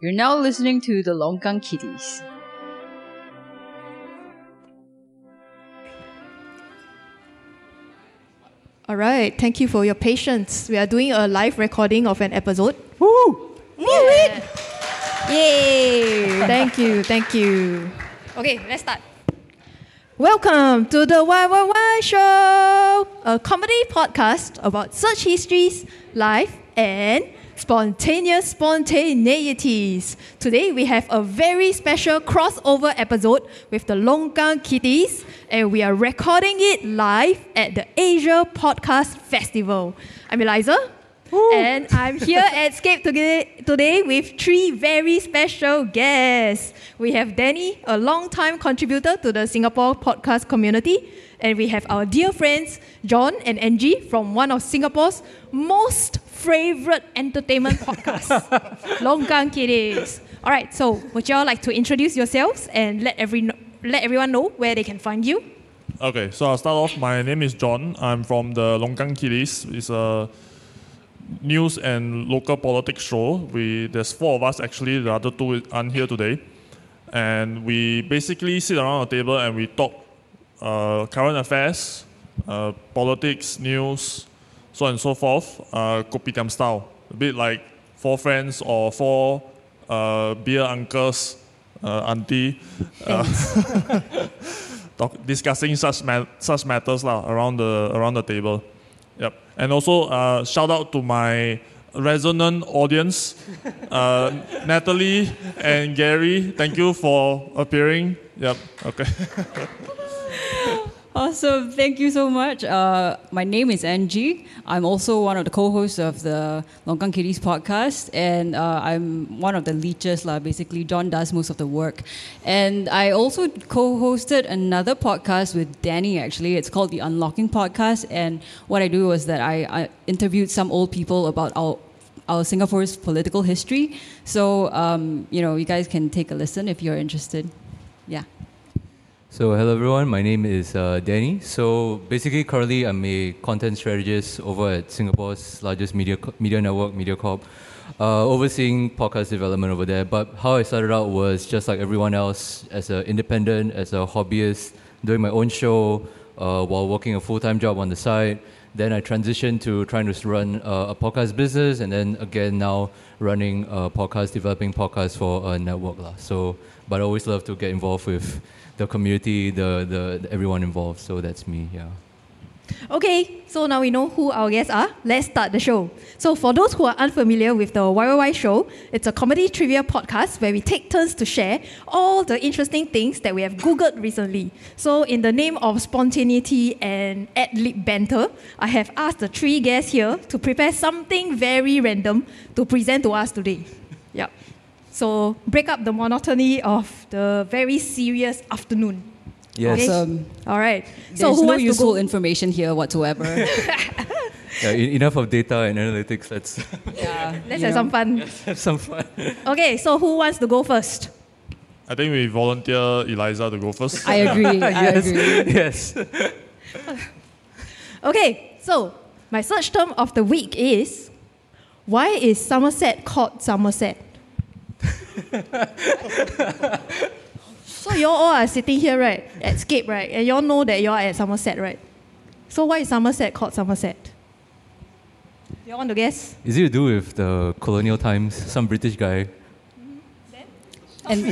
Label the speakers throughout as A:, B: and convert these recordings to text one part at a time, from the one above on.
A: You're now listening to the Longgang Kitties.
B: All right, thank you for your patience. We are doing a live recording of an episode.
C: Woo!
B: Yay! thank you, thank you. Okay, let's start. Welcome to the YYY Show, a comedy podcast about search histories, life, and spontaneous spontaneities. Today we have a very special crossover episode with the Longgang Kitties, and we are recording it live at the Asia Podcast Festival. I'm Eliza. And I'm here at Scape today, today with three very special guests. We have Danny, a long-time contributor to the Singapore podcast community, and we have our dear friends John and Angie from one of Singapore's most favorite entertainment podcasts, Longgang Kiddies. All right, so would y'all like to introduce yourselves and let every let everyone know where they can find you?
C: Okay, so I'll start off. My name is John. I'm from the Longgang Kiddies. It's a news and local politics show. We there's four of us actually. The other two aren't here today, and we basically sit around a table and we talk uh, current affairs, uh, politics, news, so on and so forth, uh, kopitiam style. A bit like four friends or four uh, beer uncles, uh, auntie, talk, discussing such ma- such matters lah around the around the table. Yep. And also uh, shout out to my resonant audience, uh, Natalie and Gary. Thank you for appearing. Yep. Okay.
D: Awesome. Thank you so much. Uh, my name is Angie. I'm also one of the co-hosts of the Longkang Kitties podcast, and uh, I'm one of the leechers, lah. Basically, John does most of the work, and I also co-hosted another podcast with Danny. Actually, it's called the Unlocking Podcast, and what I do was that I, I interviewed some old people about our our Singapore's political history. So um, you know, you guys can take a listen if you're interested. Yeah.
E: So hello everyone, my name is uh, Danny. So basically, currently I'm a content strategist over at Singapore's largest media co- media network, MediaCorp, uh, overseeing podcast development over there. But how I started out was just like everyone else, as an independent, as a hobbyist, doing my own show uh, while working a full-time job on the side. Then I transitioned to trying to run uh, a podcast business, and then again now running a podcast, developing podcasts for a network lah. So, but I always love to get involved with the community, the, the, the everyone involved. So that's me. Yeah.
B: Okay, so now we know who our guests are. Let's start the show. So, for those who are unfamiliar with the YYY show, it's a comedy trivia podcast where we take turns to share all the interesting things that we have Googled recently. So, in the name of spontaneity and ad lib banter, I have asked the three guests here to prepare something very random to present to us today. Yep. So, break up the monotony of the very serious afternoon.
E: Yes.
B: Okay?
D: Awesome.
B: All right. so,
D: There's
B: who
D: no
B: wants to
D: useful
B: go?
D: information here whatsoever.
E: Yeah, e- enough of data and analytics. Let's
D: yeah,
B: Let's
D: you know.
B: have some fun.
E: have some fun.
B: Okay, so who wants to go first?
C: I think we volunteer Eliza to go first.
D: I agree. I agree.
E: yes.
B: Okay, so my search term of the week is why is Somerset called Somerset? so you all are sitting here, right? At Scape, right? And you all know that you are at Somerset, right? So why is Somerset called Somerset? You all want to guess?
E: Is it to do with the colonial times? Some British guy.
D: and,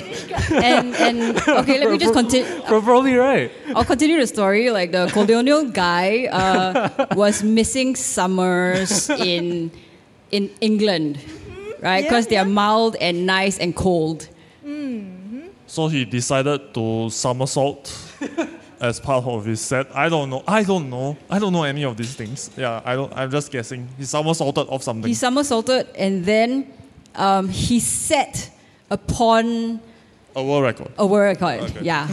D: and and okay, let me just continue.
E: Pro- Probably right.
D: I'll continue the story. Like the colonial guy uh, was missing summers in in England, right?
B: Yeah,
D: Because they are mild and nice and cold.
C: So he decided to somersault as part of his set. I don't know. I don't know. I don't know any of these things. Yeah, I don't. I'm just guessing. He somersaulted off something.
D: He somersaulted and then um, he set upon
C: a world record.
D: a word record.
C: Okay.
D: Yeah,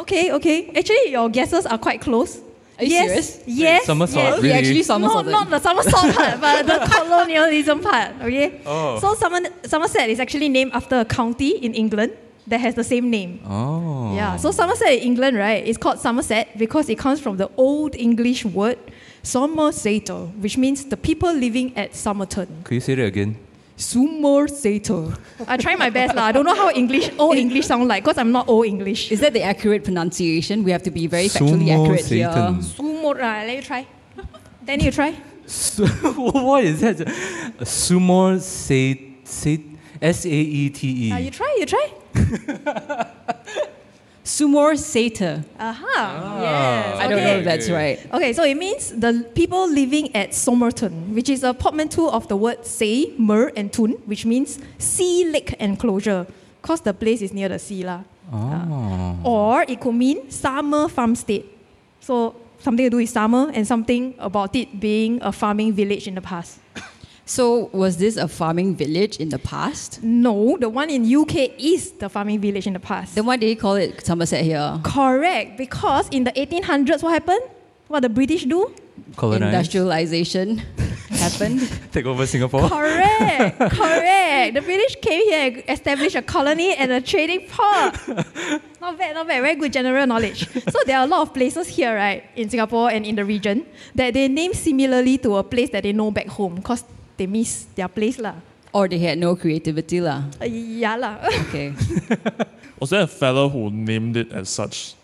B: Okay, okay. Actually, your guesses are quite close.
D: Are you
B: yes,
D: serious?
B: Yes.
E: Somersault,
B: yes.
D: he
E: Really?
D: actually
B: No,
D: somersaulted.
B: not the Somerset part, but the colonialism part. Okay.
E: Oh.
B: So Somer- Somerset is actually named after a county in England that has the same name.
E: Oh.
B: Yeah. So Somerset in England, right, is called Somerset because it comes from the Old English word Somerseter, which means the people living at Somerton.
E: Could you say that again?
F: Sumor Sato.
B: I try my best lah. I don't know how English old English sound like because I'm not old English.
D: Is that the accurate pronunciation? We have to be very factually
E: Sumo
D: accurate
E: Satan.
D: here.
B: Sumor ah, let you try. Danny, you try.
E: Su- what is that? Sumo se- se- S-A-E-T-E.
B: Ah, you try, you try.
D: Sumor Sata.
B: Aha. Yes.
D: I don't
B: okay.
D: know if that's right.
B: Okay, so it means the people living at Somerton, which is a portmanteau of the word say, mer, and tun, which means sea lake enclosure, because the place is near the sea. lah.
E: Oh.
B: Or it could mean summer farm state. So something to do with summer and something about it being a farming village in the past.
D: So, was this a farming village in the past?
B: No, the one in UK is the farming village in the past.
D: Then why did they call it Somerset here?
B: Correct, because in the 1800s, what happened? What the British do?
E: Colonize.
D: Industrialization happened.
E: Take over Singapore.
B: Correct, correct. The British came here and established a colony and a trading port. Not bad, not bad. Very good general knowledge. So there are a lot of places here, right, in Singapore and in the region that they name similarly to a place that they know back home because they miss their place lah.
D: Or they had no creativity lah.
B: Uh, yeah lah.
D: Okay.
C: Was there a fella who named it as such?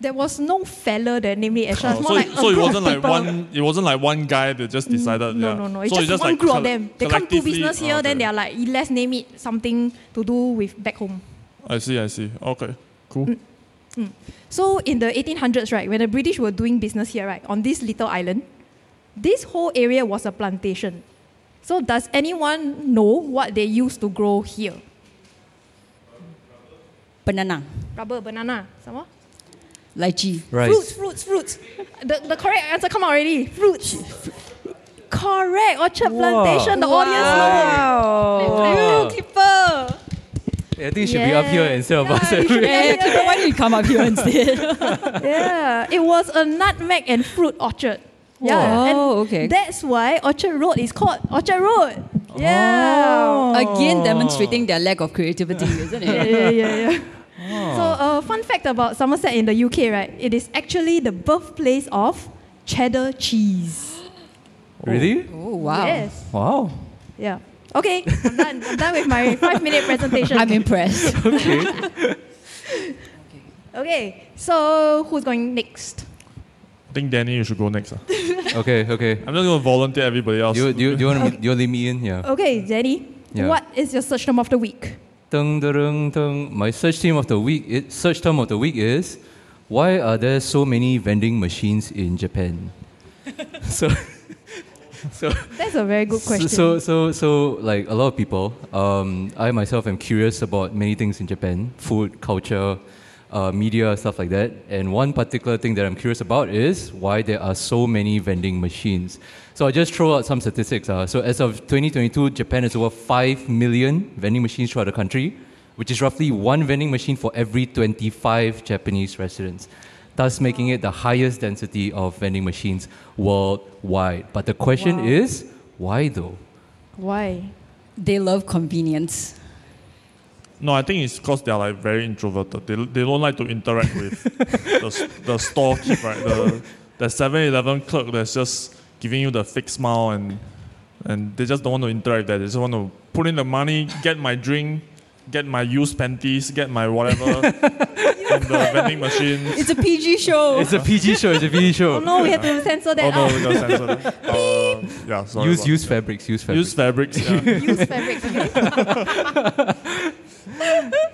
B: there was no fella that named it as
C: Oh,
B: such. More
C: so
B: like
C: it-
B: a
C: so it
B: group of
C: wasn't like
B: people. Mm,
C: one. It wasn't like one guy that just decided.
B: No,
C: yeah.
B: no, no. It's
C: so
B: just, one
C: like
B: group
C: colle-
B: of them. They come to
C: collectively-
B: business here,
C: oh,
B: then
C: okay.
B: they are like, let's name it something to do with back home.
C: I see. I see. Okay. Cool.
B: So in the 1800s, right, when the British were doing business here, right, on this little island, this whole area was a plantation. So does anyone know what they used to grow here?
D: Banana.
B: Rubber, banana, some more?
D: Lychee.
B: Fruits,
E: Rice.
B: fruits, fruits. The, the correct answer come out already. Fruits. Correct. Orchard
E: Wow.
B: plantation. The audience know. Clipper.
E: I think it should be up here
B: Yeah.
E: instead of us.
B: Yeah, it should be.
D: Eh, Clifford, why don't you come up here instead?
B: yeah, it was a nutmeg and fruit orchard. Yeah. and
D: Oh, okay.
B: That's why Orchard Road is called Orchard Road.
D: Oh.
B: Yeah.
D: Again, demonstrating their lack of creativity, isn't
B: Yeah,
D: it?
B: yeah, yeah, yeah.
D: Oh.
B: So, uh, fun fact about Somerset in the UK, right? It is actually the birthplace of cheddar cheese.
E: Really?
D: Oh, wow.
B: Yes.
E: Wow.
B: Yeah. Okay, I'm done. I'm done with my five minute presentation.
D: I'm impressed.
B: okay, so who's going next?
C: I think Danny, you should go next. ah.
E: Okay, okay.
C: I'm just gonna volunteer everybody else.
E: Do you, do you, do you want to do you wanna leave me in? Yeah.
B: Okay, Jenny,
E: Yeah.
B: what is your search term of the week?
E: Dun, dun, dun, dun. My search team of the week. It, search term of the week is why are there so many vending machines in Japan? so, so
B: That's a very good question.
E: So, so, so, like a lot of people, um, I myself am curious about many things in Japan food, culture, uh, media, stuff like that. And one particular thing that I'm curious about is why there are so many vending machines. So, I just throw out some statistics. Uh, so, as of 2022, Japan has over 5 million vending machines throughout the country, which is roughly one vending machine for every 25 Japanese residents thus making it the highest density of vending machines worldwide. But the question is, why though?
B: Why?
D: They love convenience.
C: No, I think it's because they are like very introverted. They, they don't like to interact with the, s- the storekeeper, right? The the 7-Eleven clerk that's just giving you the fake smile and and they just don't want to interact with that. They just want to put in the money, get my drink, get my used panties, get my whatever in the vending machine.
D: It's a PG show.
E: It's a PG show. It's a PG
B: Oh
E: show.
B: no, we have to censor
C: Oh
B: that
C: no,
B: out.
C: we got censored. Uh, yeah, sorry.
E: use
C: about-
E: use fabrics. Use fabrics.
C: Use fabrics. Yeah.
B: Use fabrics, okay?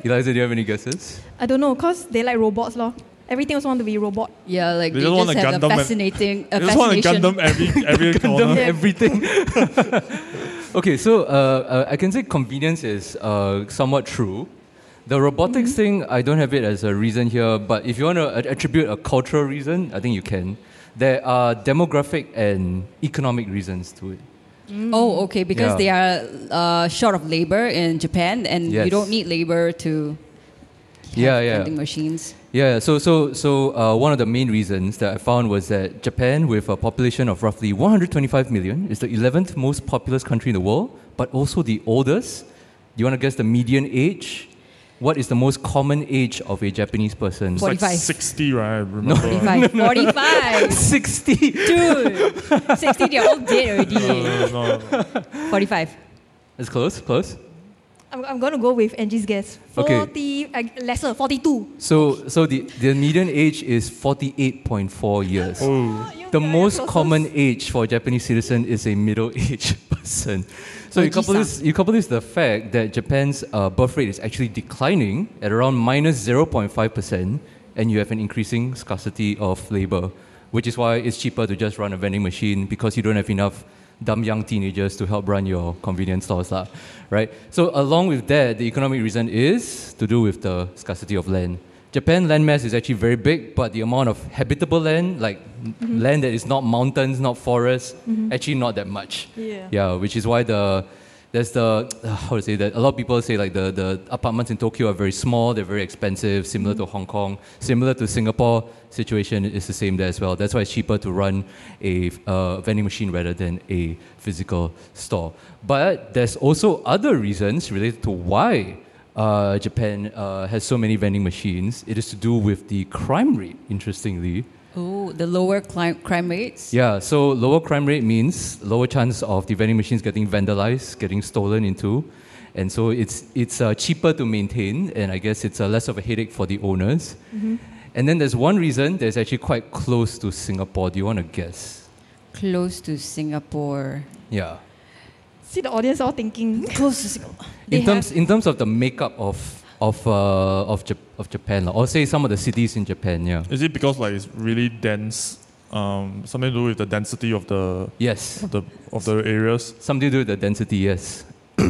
E: Eliza, do you have any guesses?
B: I don't know, cause they like robots, lor. Everything also want to be robot.
D: yeah, like
C: They
D: they,
C: just
D: just,
C: want a
D: have
C: Gundam
D: a
C: and-
D: fascinating, a
C: I just want to
D: fascination.
C: Gundam every every
E: Gundam
C: corner.
E: everything. okay, so uh, uh, I can say convenience is uh, somewhat true. The robotics thing, I don't have it as a reason here, but if you want to attribute a cultural reason, I think you can. There are demographic and economic reasons to it.
D: Oh, okay, because they are uh, short of labor in Japan, and
E: Yes.
D: you don't need labor to have
E: Yeah, yeah.
D: vending machines.
E: Yeah, so so so uh, one of the main reasons that I found was that Japan, with a population of roughly 125 million, is the 11th most populous country in the world, but also the oldest. Do you want to guess the median age? What is the most common age of a Japanese person?
C: It's like
D: 45.
C: 60, right? I remember.
D: 45. 45.
E: 60.
D: Dude, 16 year old dead already.
C: No, no, no.
D: 45.
E: It's close, close.
B: I'm, I'm going to go with Angie's guess.
E: Okay.
B: 40, uh, lesser, 42.
E: So, so the, the median age is 48.4 years.
C: Oh,
E: Mm. The
B: guys
E: most
B: also
E: common age for a Japanese citizen is a middle-aged person. So you couple, this, you couple this with the fact that Japan's uh, birth rate is actually declining at around minus 0.5%, and you have an increasing scarcity of labor, which is why it's cheaper to just run a vending machine because you don't have enough dumb young teenagers to help run your convenience stores, lah, right? So along with that, the economic reason is to do with the scarcity of land. Japan landmass is actually very big, but the amount of habitable land, like land that is not mountains, not forests, actually not that much.
B: Yeah.
E: Yeah, which is why the there's the uh, how to say that a lot of people say like the, the apartments in Tokyo are very small, they're very expensive, similar to Hong Kong, similar to Singapore. Situation is the same there as well. That's why it's cheaper to run a uh, vending machine rather than a physical store. But there's also other reasons related to why uh, Japan uh, has so many vending machines. It is to do with the crime rate, interestingly.
D: Oh, the lower cli- crime rates.
E: Yeah, so lower crime rate means lower chance of the vending machines getting vandalized, getting stolen into. And so it's, it's uh, cheaper to maintain, and I guess it's uh, less of a headache for the owners. And then there's one reason that's actually quite close to Singapore. Do you want to guess?
D: Close to Singapore.
E: Yeah.
B: See the audience all thinking.
D: Close to Singapore.
E: in terms in terms of the makeup of of uh, of, Jap- of Japan, lah, or say some of the cities in Japan, yeah.
C: Is it because like it's really dense? Um, something to do with the density of the
E: Yes.
C: of the of the areas.
E: Something to do with the density, yes.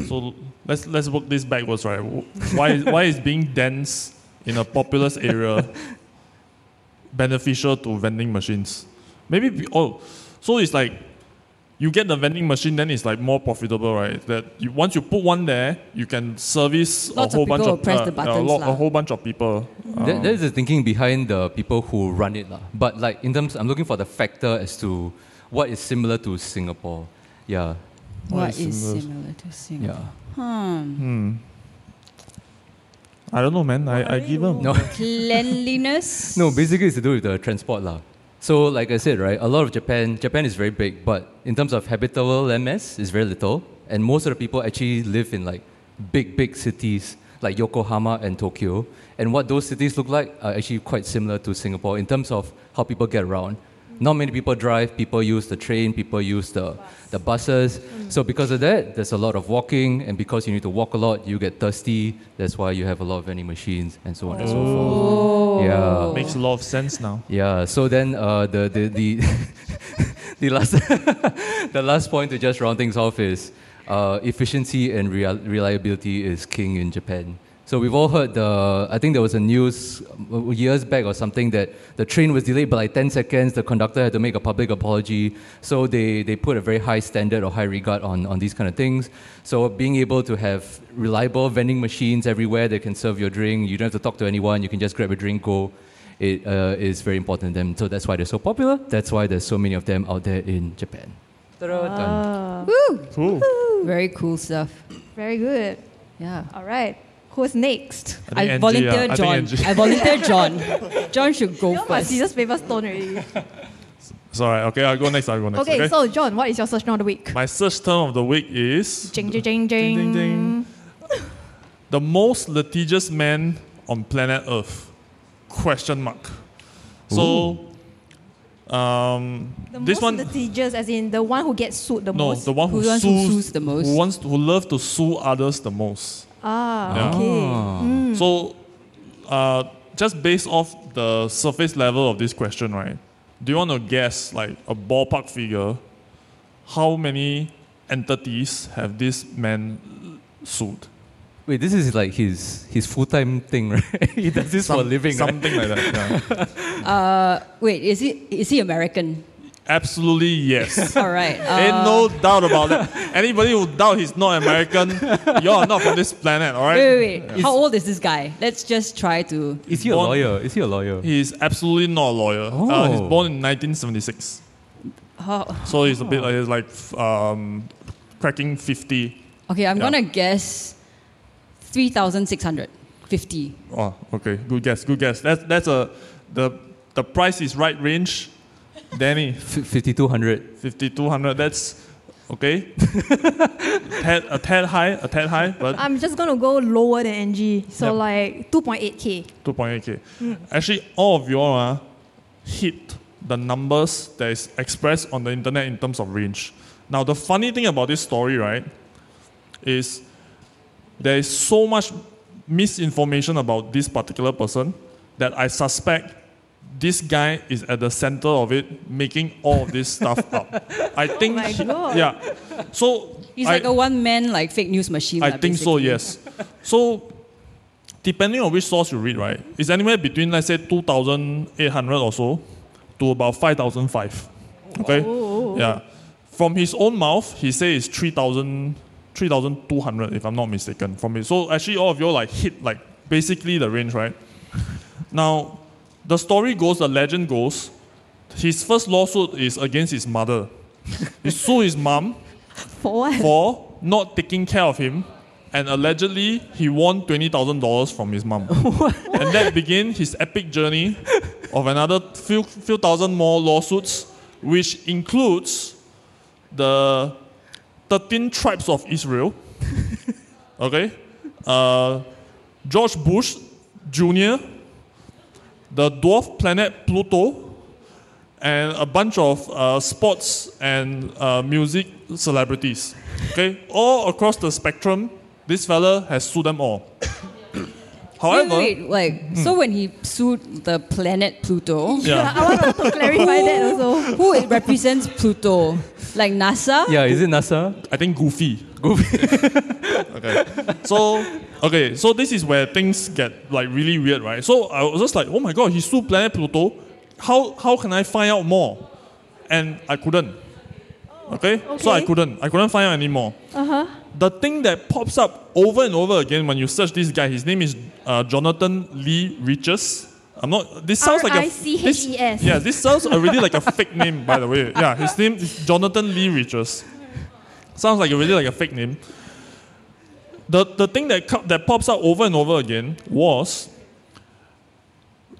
C: so let's let's work this backwards, right? Wh- Why is- why is being dense in a populous area beneficial to vending machines? Maybe be, oh, so it's like you get the vending machine, then it's like more profitable, right? That you, once you put one there, you can service
D: Lots
C: a
D: of
C: whole bunch
D: people
C: of
D: will press
C: uh,
D: the
C: uh,
D: buttons
C: lo- a,
D: lah.
C: whole bunch of people.
E: That,
C: Um,
E: that is the thinking behind the people who run it. lah. But like in terms, I'm looking for the factor as to what is similar to Singapore. Yeah,
D: What is
C: similar?
D: similar to Singapore?
E: yeah.
D: Hmm.
C: hmm. I don't know, man. I, I give up.
E: No,
D: Cleanliness.
E: no. Basically, it's to do with the transport lah. So like I said, right, a lot of Japan, Japan is very big, but in terms of habitable landmass, is very little, and most of the people actually live in like big, big cities like Yokohama and Tokyo. And what those cities look like are actually quite similar to Singapore in terms of how people get around. Not many people drive, people use the train, people use the, the buses. So, because of that, there's a lot of walking, and because you need to walk a lot, you get thirsty. That's why you have a lot of vending machines and so on and so forth. Yeah.
C: Makes a lot of sense now.
E: Yeah. So, then uh, the, the, the, the, last, the last point to just round things off is uh, efficiency and real reliability is king in Japan. So, we've all heard the, I think there was a news uh, years back or something that the train was delayed by like 10 seconds. The conductor had to make a public apology. So they, they put a very high standard or high regard on, on these kind of things. So being able to have reliable vending machines everywhere that can serve your drink, you don't have to talk to anyone, you can just grab a drink, go, it uh, is very important to them. So that's why they're so popular. That's why there's so many of them out there in Japan. Ta-da, done.
C: Cool.
D: Very cool stuff.
B: Very good.
D: Yeah.
B: All right. Who's next?
C: I think
D: I,
C: Angie,
D: volunteer
C: uh, I think
D: John.
C: Angie-
D: I, volunteer John. John should go
B: You know my
D: first.
B: scissors, paper, stone already.
C: It's all right. Okay, I'll go next. I'll go next.
B: okay, so John, what is your search term of the week?
C: My search term of the week is
B: Jing, jing, jing,
C: Ding,
B: jing.
C: ding, ding. the most litigious man on planet Earth. Question mark. So, um,
B: The
C: this
B: most
C: one,
B: litigious, as in the one who gets sued the
C: no,
B: most.
C: the one who,
D: who wants
C: sues,
D: to sues the most.
C: who wants, who love to sue others the most.
B: Ah,
C: Yeah.
B: okay.
E: Ah.
D: Hmm.
C: So, uh, just based off the surface level of this question, right? Do you want to guess, like a ballpark figure, how many entities have this man sued?
E: Wait, this is like his, his full time thing, right? he does this for a
C: Some-
E: living, right?
C: something like that. yeah.
D: Uh, wait, is he is he American?
C: Absolutely yes.
D: All right.
C: Ain't
D: uh,
C: no doubt about it. Anybody who doubt he's not American, you're not from this planet, all right?
D: Wait, wait, wait. How old is this guy? Let's just try to.
E: Is he a
C: Born-
E: lawyer? Is he a lawyer?
C: He's absolutely not a lawyer. Uh, he's
E: Oh.
C: born in 1976,
D: how-
C: so he's a bit like he's like f- um, cracking 50.
D: okay, I'm
C: Yeah.
D: gonna guess three thousand six hundred fifty.
C: Oh, okay, good guess, good guess. That's that's a the the price is right range. Danny,
E: F- 5200.
C: 5200. That's Okay, tad, a tad high, a tad high, but
B: I'm just gonna go lower than NG. So
C: Yep.
B: like 2.8k.
C: 2.8k. Actually, all of you all uh, hit the numbers that is expressed on the internet in terms of range. Now, the funny thing about this story, right, is there is so much misinformation about this particular person that I suspect this guy is at the center of it, making all of this stuff up. I think,
B: my
C: he-
B: God.
C: yeah. So
D: Oh He's
C: I-
D: like a one man like fake news machine.
C: I
D: lah,
C: think so,
D: basically.
C: yes. So, depending on which source you read, right, it's anywhere between, let's say, 2,800 or so to about 5,005. Okay?
D: Oh,
C: Yeah. From his own mouth, he says it's 3,000 3,200, if I'm not mistaken. From it. So, actually, all of you all, like hit like basically the range, right? Now, the story goes, the legend goes, his first lawsuit is against his mother. he sued his mom
B: For what?
C: for not taking care of him, and allegedly he won twenty thousand dollars from his mom. and that began his epic journey of another few few thousand more lawsuits, which includes the thirteen tribes of Israel. Okay, uh, George Bush Jr., the dwarf planet Pluto. And a bunch of uh, sports and uh, music celebrities. Okay, all across the spectrum, this fella has sued them all.
D: Wait,
C: However, hmm.
D: wait, wait, like so when he sued the planet Pluto,
C: yeah,
B: I want to clarify that also.
D: who it represents Pluto? Like NASA?
E: Yeah, is it NASA?
C: I think goofy. Goofy. okay. So okay, so this is where things get like really weird, right? So I was just like, oh my god, he sued planet Pluto. How how can I find out more? And I couldn't. Okay? So I
B: okay.
C: couldn't. I couldn't find out anymore.
B: Uh-huh.
C: the thing that pops up over and over again when you search this guy, his name is uh, Jonathan Lee Riches. I'm not. This sounds like a. this-
B: R.I.C.H.E.S..
C: Yeah, this sounds already like a fake name, by the way. Yeah, his name is Jonathan Lee Riches. Sounds like already like a fake name. The the thing that co- that pops up over and over again was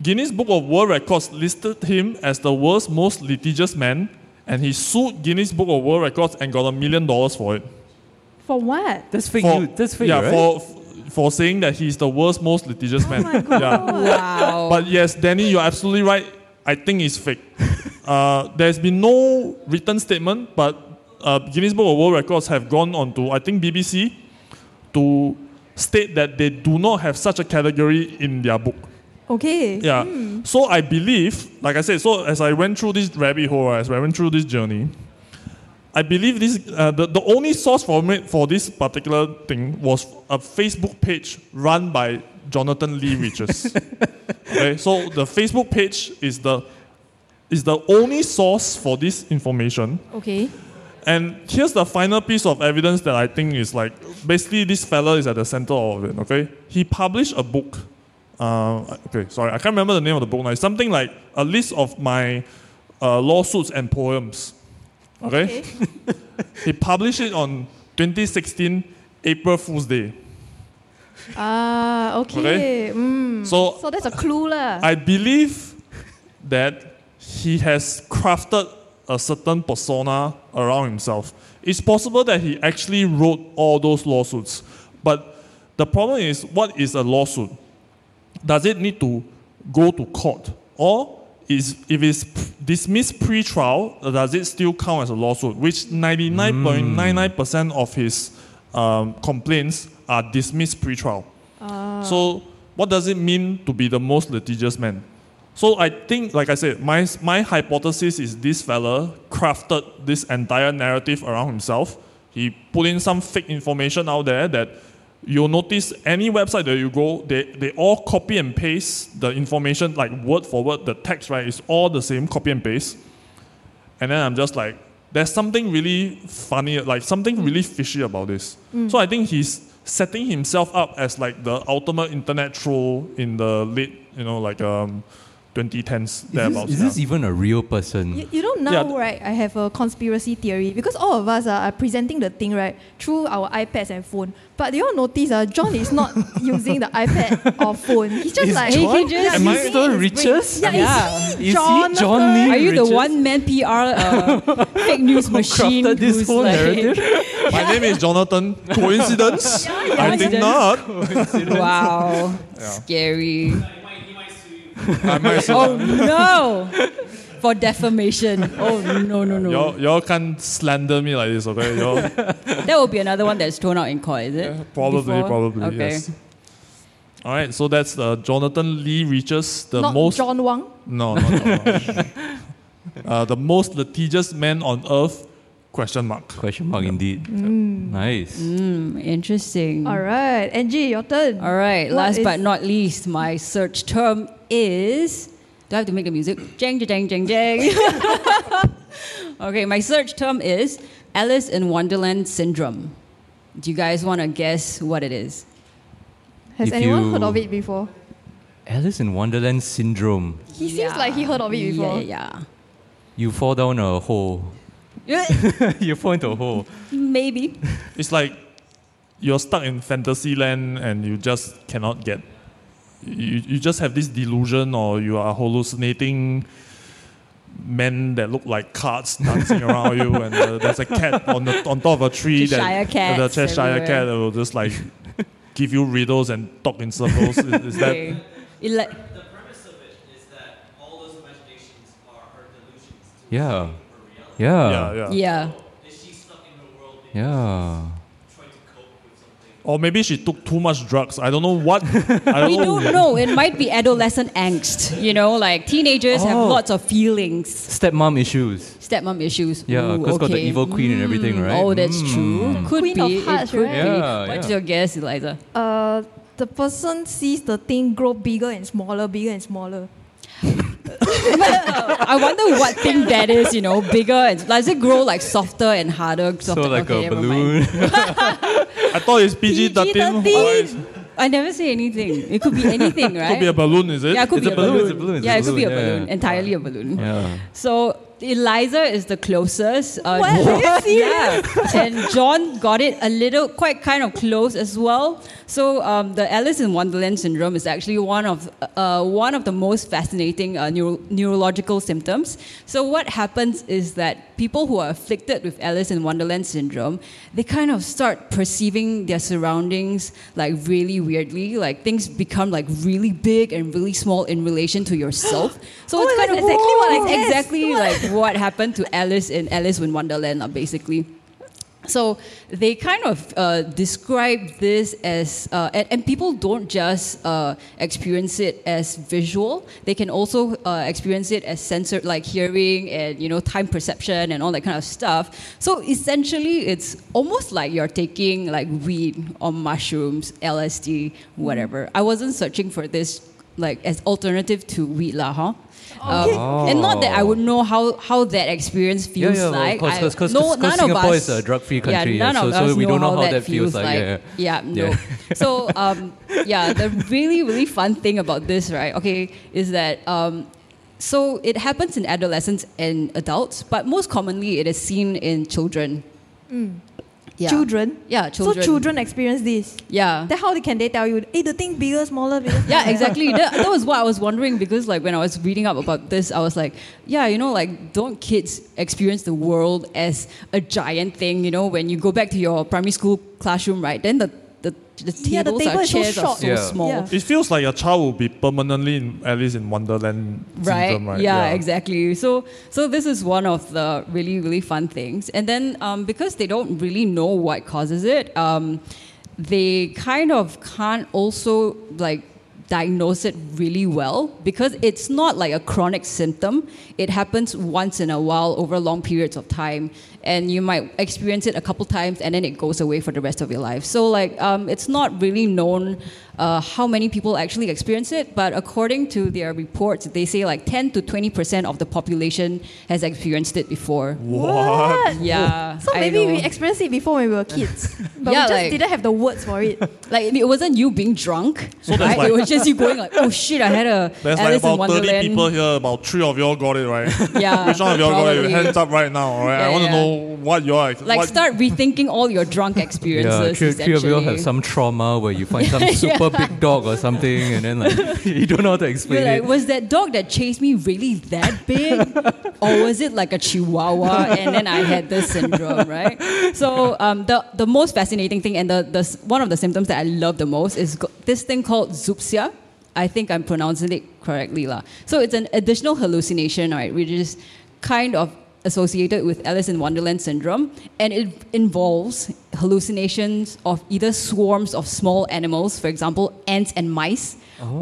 C: Guinness Book of World Records listed him as the world's most litigious man, and he sued Guinness Book of World Records and got a million dollars for it
B: For what?
E: That's fake
C: for-
E: news. That's fake,
C: yeah,
E: right?
C: for f- for saying that he's the world's most litigious man. Yeah.
D: Wow.
C: But yes, Danny, you're absolutely right. I think it's fake. uh, there's been no written statement, but uh, Guinness Book of World Records have gone on to, I think, BBC to state that they do not have such a category in their book.
B: Okay.
C: Yeah. So I believe, like I said, so as I went through this rabbit hole, as I went through this journey, I believe this uh, the, the only source for me, for this particular thing was a Facebook page run by Jonathan Lee Riches. okay, so the Facebook page is the is the only source for this information.
B: Okay.
C: And here's the final piece of evidence that I think is like basically this fella is at the center of it. Okay, he published a book. Uh, okay, sorry, I can't remember the name of the book now. It's something like a list of my uh, lawsuits and poems. Okay, he published it on 2016 April Fool's Day.
B: Ah, okay. Mm.
C: So
B: So that's a clue lah.
C: I believe that he has crafted a certain persona around himself. It's possible that he actually wrote all those lawsuits. But the problem is what is a lawsuit? Does it need to go to court? Or is if it's p- dismissed pre-trial, does it still count as a lawsuit? Which 99.99% of his um, complaints are dismissed pre-trial. So, what does it mean to be the most litigious man? So, I think, like I said, my, my hypothesis is this fella crafted this entire narrative around himself. He put in some fake information out there that you'll notice any website that you go, they, they all copy and paste the information, like word for word, the text, right? It's all the same, copy and paste. And then I'm just like, there's something really funny, like something really fishy about this.
D: Mm.
C: So I think he's setting himself up as like the ultimate internet troll in the late, you know, like um, 2010s
E: Is
C: thereabouts.
E: this, is this
C: yeah.
E: even a real person?
B: You, you know now,
C: Yeah, th-
B: right? I have a conspiracy theory because all of us ah, are presenting the thing right through our iPads and phone. But do you all notice uh, John is not using the iPad or phone. He's just
E: Is
B: like
E: John-
B: He just-
E: Am I
B: he's
E: still
B: using his brain.
E: Riches?
B: Yeah,
D: Yeah.
B: Is
E: Is
B: he
E: he
B: John?
E: John Lee?
D: Are you the
E: Riches?
D: one man PR uh, fake news machine
E: crafted this
D: who's
E: whole
D: like,
E: narrative?
C: My name is Jonathan. Coincidence? I think
D: Coincidence.
C: not.
D: wow, scary.
C: I might say-
D: Oh no, for defamation. Oh no no no.
C: Y'all, y'all can't slander me like this, okay? Y'all,
D: That will be another one that's thrown out in court, is it?
C: Uh, probably,
D: Before?
C: probably,
D: Okay.
C: yes. All right, so that's uh, Jonathan Lee reaches the
B: not
C: most
B: John Wang.
C: No, not John. uh, the most litigious man on earth? Question mark.
E: Question mark indeed.
D: Mm.
E: Nice.
D: Hmm,
E: Mm.
D: interesting.
B: All right, Angie, your turn.
D: All right.
B: What
D: Last
B: is-
D: but not least, my search term is. Do I have to make the music? Jang, jang, jang, jang. okay, my search term is Alice in Wonderland syndrome. Do you guys want to guess what it is?
B: Has
E: If
B: anyone
E: you-
B: heard of it before?
E: Alice in Wonderland syndrome.
B: He seems
D: Yeah.
B: like he heard of it before.
D: Yeah,
E: You fall down a hole.
D: yeah. yeah.
E: you fall into a hole.
D: Maybe.
C: It's like you're stuck in fantasy land and you just cannot get. You, you just have this delusion or you are hallucinating men that look like cats dancing around you and uh, there's a cat on the on top of a tree
D: Cheshire
C: that
D: cats
C: the Cheshire
D: everywhere.
C: cat that will just like give you riddles and talk in circles. Is, is that
D: Okay. It like-
G: The premise of it is that all those imaginations are her delusions.
E: Yeah.
C: yeah,
E: Yeah.
C: yeah.
D: yeah.
G: Is she stuck in her world and
E: Yeah.
G: trying to cope with something?
C: Or maybe she took too much drugs. I don't know what. I don't
D: We
E: Oh.
C: know.
D: don't know. It might be adolescent angst. You know, like teenagers have
E: Oh.
D: lots of feelings.
E: Stepmom issues.
D: Stepmom issues.
E: Yeah,
D: Ooh,
E: because got the
D: okay.
E: evil queen and everything, right?
D: Oh, that's
E: Mm.
D: true. Could
B: Queen
D: be.
B: of
D: it
B: Hearts,
D: could
B: right?
D: be.
E: Yeah,
D: What's
E: yeah.
D: your guess, Eliza?
B: Uh, the person sees the thing grow bigger and smaller, bigger and smaller.
D: I wonder what thing that is. You know, bigger and does it grow like softer and harder?
E: So
D: Softer?
E: like
D: okay,
E: a
D: never mind.
E: balloon.
C: I thought it's PG thirteen. Could
D: I never say anything. It could be anything, right?
C: be a balloon, is it?
D: yeah, it could
E: It's
D: be
E: a balloon, it's a balloon, it's a
D: yeah, it could be a
E: balloon, yeah,
D: balloon.
E: yeah.
D: Entirely a balloon.
E: yeah.
D: So Eliza is the closest. Uh,
B: What? Are you
D: Yeah. And John got it a little, quite kind of close as well. So um, the Alice in Wonderland syndrome is actually one of uh, one of the most fascinating uh, neuro- neurological symptoms. So what happens is that people who are afflicted with Alice in Wonderland syndrome, they kind of start perceiving their surroundings like really weirdly. Like things become like really big and really small in relation to yourself. So
B: Oh,
D: it's kind
B: that's
D: of
B: exactly what I
D: It's
B: guessed.
D: exactly like what happened to Alice in Alice in Wonderland, uh, basically. So they kind of uh, describe this as, uh, and, and people don't just uh, experience it as visual. They can also uh, experience it as sensor, like hearing and you know time perception and all that kind of stuff. So essentially, it's almost like you're taking like weed or mushrooms, LSD, whatever. I wasn't searching for this like as alternative to weed, lah, huh? Uh, and not that I would know how, how that experience
E: Yeah,
D: feels
E: yeah, well,
D: like.
E: of course,
D: I-
E: 'cause- 'cause-
D: no,
E: 'cause
D: none of
E: Singapore
D: us-
E: is a drug-free country,
D: Yeah, none
E: so-
D: of
E: so
D: us
E: we
D: know
E: don't know
D: how,
E: how
D: that,
E: that
D: feels,
E: feels like,
D: like.
E: yeah,
D: Yeah, no.
E: Yeah.
D: So, um, yeah, the really, really fun thing about this, right? Okay, is that um, so it happens in adolescents and adults, but most commonly it is seen in children. Yeah.
B: Children.
D: Yeah, children.
B: So children experience this.
D: Yeah.
B: Then how can they tell you? Hey, the thing bigger, smaller, bigger.
D: yeah
B: smaller?"
D: exactly that, that was what i was wondering because like when i was reading up about this i was like yeah you know like don't kids experience the world as a giant thing you know when you go back to your primary school classroom right then the the, the tables
B: Yeah, the table
D: are
B: is so
D: chairs are
B: short.
D: so
E: Yeah.
D: small
B: Yeah.
C: It feels like your child will be permanently in, at least in Wonderland
D: right?
C: syndrome, right?
D: Yeah, exactly. So, so this is one of the really, really fun things. And then um, because they don't really know what causes it, um, they kind of can't also like diagnose it really well because it's not like a chronic symptom. It happens once in a while over long periods of time, and you might experience it a couple times, and then it goes away for the rest of your life. So, like, um, it's not really known uh, how many people actually experience it, but according to their reports, they say like 10 to 20% of the population has experienced it before.
C: What?
D: Yeah.
B: So
D: I
B: maybe
D: know.
B: we experienced it before when we were kids, but
D: Yeah,
B: we just
D: like-
B: didn't have the words for it.
D: Like it wasn't you being drunk.
C: So there's
D: right?
C: like-
D: it was just you going like, oh shit, I had a
C: There's
D: Alice
C: like
D: in
C: about 30
D: Wonderland.
C: people here. About three of y'all got it right.
D: Yeah,
C: Which one of y'all got it?
D: probably.
C: Hands up right now. All right.
D: Yeah,
C: I want
D: yeah.
C: to know what y'all ex-
D: Like
C: what-
D: start rethinking all your drunk experiences.
E: Yeah, three, three of you all
D: essentially.
E: have some trauma where you find some super big dog or something, and then like you don't know how to
D: You're
E: explain
D: like,
E: it.
D: was that dog that chased me really that big? or was it like a chihuahua? And then I had this syndrome, right? So um, the, the most fascinating thing and the, the s- one of the symptoms that I love the most is go- this thing called zoopsia. I think I'm pronouncing it correctly. lah. So it's an additional hallucination, right, which is kind of associated with Alice in Wonderland syndrome, and it involves hallucinations of either swarms of small animals, for example, ants and mice,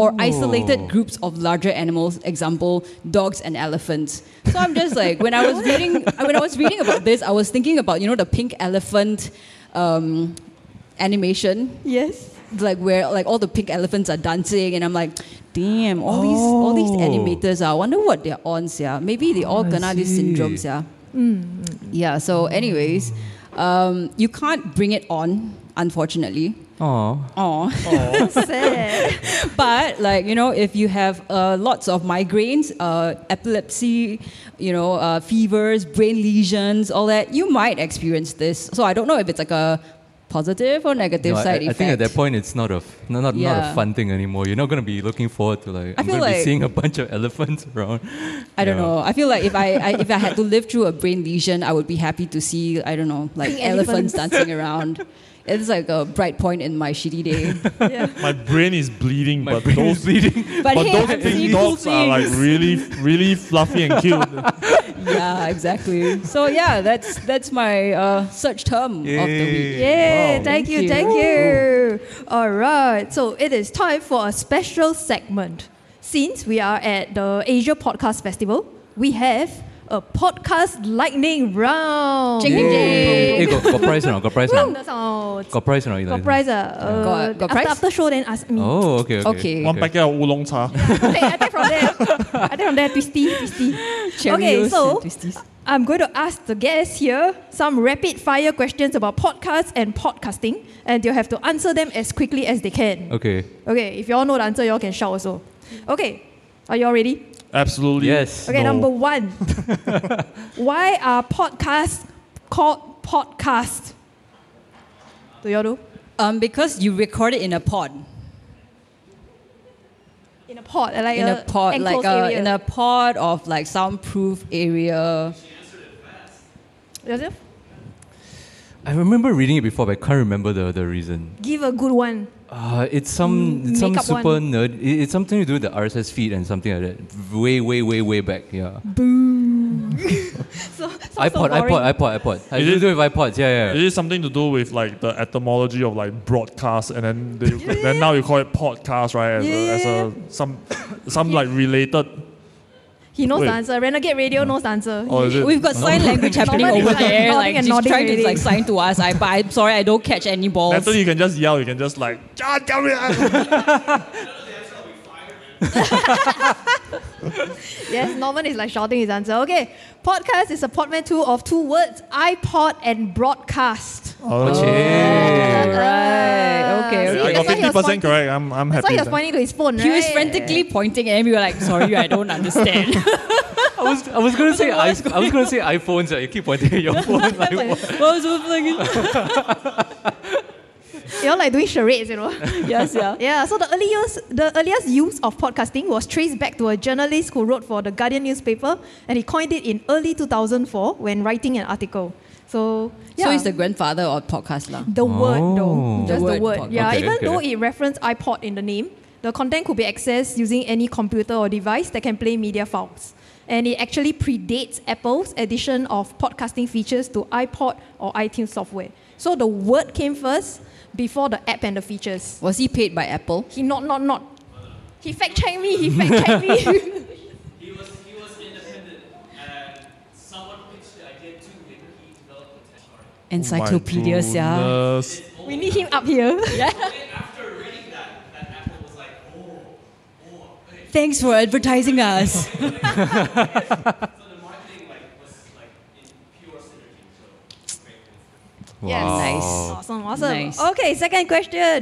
D: or isolated
E: Oh.
D: groups of larger animals, example, dogs and elephants. So I'm just like, when I was reading, when I was reading about this, I was thinking about you know the pink elephant. Um, animation
B: Yes.
D: like where like all the pink elephants are dancing and I'm like damn all these all these
E: Oh.
D: animators ah, I wonder what they're on yeah maybe they all
E: I
D: gonna this
E: see. Mm,
D: syndrome yeah yeah so anyways um, you can't bring it on unfortunately
E: Oh,
D: oh
B: Sad.
D: but like you know if you have uh, lots of migraines uh, epilepsy you know uh, fevers brain lesions all that you might experience this so I don't know if it's like a positive or negative
E: No, I,
D: side
E: I
D: effect
E: think at that point it's not a f- no, not, not
D: Yeah.
E: a fun thing anymore. You're not gonna be looking forward to like
D: I
E: I'm
D: feel
E: gonna
D: like-
E: be seeing a bunch of elephants around.
D: I don't
E: Yeah.
D: know. I feel like if I, I if I had to live through a brain lesion, I would be happy to see I don't know like
B: Pink
D: elephants
B: elephants.
D: dancing around. It's like a bright point in my shitty day.
C: My brain is bleeding,
E: My
C: but
E: brain
C: those
E: is bleeding.
D: But,
C: but
D: hey,
C: those
D: I'm seeing
C: pink
D: cool
C: dogs are like
D: things.
C: really, really fluffy and cute.
D: yeah, exactly. So yeah, that's that's my uh, search term of the week.
B: Yay,
E: Wow.
B: thank,
D: Thank
B: you,
D: you.
B: thank you. All right, so it is time for a special segment. Since we are at the Asia Podcast Festival, we have a podcast lightning round.
D: Ching, ching, ching.
E: Hey, got, got prize or not? Got prize or
B: Round the
E: not?
B: sound.
E: Got prize or not?
B: Got
E: Eliza?
B: prize. ah. Uh,
D: Got- got prize?
B: After, after show, then ask me.
E: Oh, okay, okay.
D: Okay.
C: One packet of oolong cha.
B: Okay, I take from there. I take from there, twisty, twisty.
D: Cheerios
B: okay, so
D: and twisties.
B: I'm going to ask the guests here some rapid fire questions about podcasts and podcasting, and they'll have to answer them as quickly as they can.
E: Okay.
B: Okay, if y'all know the answer, y'all can shout also. Okay, are y'all ready?
C: Absolutely.
E: Yes.
B: Okay,
C: No.
B: number one. Why are podcasts called podcasts? Do y'all know?
D: Um, because you record it in a pod,
B: In a pod, like
D: in a pod, like
B: enclosed
D: a,
B: area.
D: in a pod of like soundproof area.
B: Joseph,
E: I remember reading it before, but I can't remember the, the reason.
B: give a good one.
E: Uh, it's some it's some
B: make up
E: super
B: one.
E: nerd. it- it's something to do with the RSS feed and something like that. Way, way, way, way back. Yeah.
B: So, so, so
E: iPod,
B: boring.
E: iPod, iPod, iPod. I
C: Is
E: do
C: it-
E: do it with iPods. Yeah,
C: It
E: yeah.
C: is something to do with like the etymology of like broadcast, and then they, then now you call it podcast, right? As, a, as a some some like related.
B: He knows
C: Wait.
B: the answer. Renegade Radio knows the answer.
C: Or is it?
D: We've got sign language happening
B: Normally,
D: over
B: like,
D: there.
B: nodding
D: Like
B: and
D: she's
B: nodding
D: trying to
B: already.
D: like sign to us. I, but I'm sorry, I don't catch any balls.
C: Natalie, you can just yell. You can just like, God damn it.
B: Yes, Norman is like shouting his answer. Okay, podcast is a portmanteau of two words: iPod and broadcast.
E: Oh. Okay.
D: Right. Okay.
B: Oh. See,
D: okay.
B: that's why he
C: I got fifty
B: was
C: percent
B: pointing-
C: correct. I'm I'm
B: That's why
C: happy.
B: he was
C: then.
B: pointing to his phone.
D: He was
B: right?
D: frantically pointing, and we were like, "Sorry, I don't understand."
E: I was I was gonna say I, I was gonna say iPhones. Uh, you keep pointing at your phone. Like, what?
D: What was with like-
B: You're like doing charades, you know.
D: yes, yeah.
B: yeah. So the earliest, the earliest use of podcasting was traced back to a journalist who wrote for the Guardian newspaper, and he coined it in early 2004 when writing an article. So yeah.
D: So he's the grandfather of podcast lah.
B: The word though.
E: Oh.
B: Just the
D: The
B: word.
D: word.
B: Yeah,
E: Okay,
B: even
E: okay.
B: though it referenced iPod in the name, the content could be accessed using any computer or device that can play media files. And it actually predates Apple's addition of podcasting features to iPod or iTunes software. So the word came first before the app and the features.
D: Was he paid by Apple?
B: He not not not. He fact checked me, he fact checked me.
G: He was he was independent, and someone pitched the idea to him. He developed the tech.
C: My
D: Oh Encyclopedia, yeah.
C: goodness.
B: we need him up here.
G: After reading that, that
D: Thanks for advertising us.
G: So the marketing like was like in pure synergy. So great.
B: Yes.
D: Nice.
B: Awesome. Awesome.
D: Nice.
B: Okay. Second question.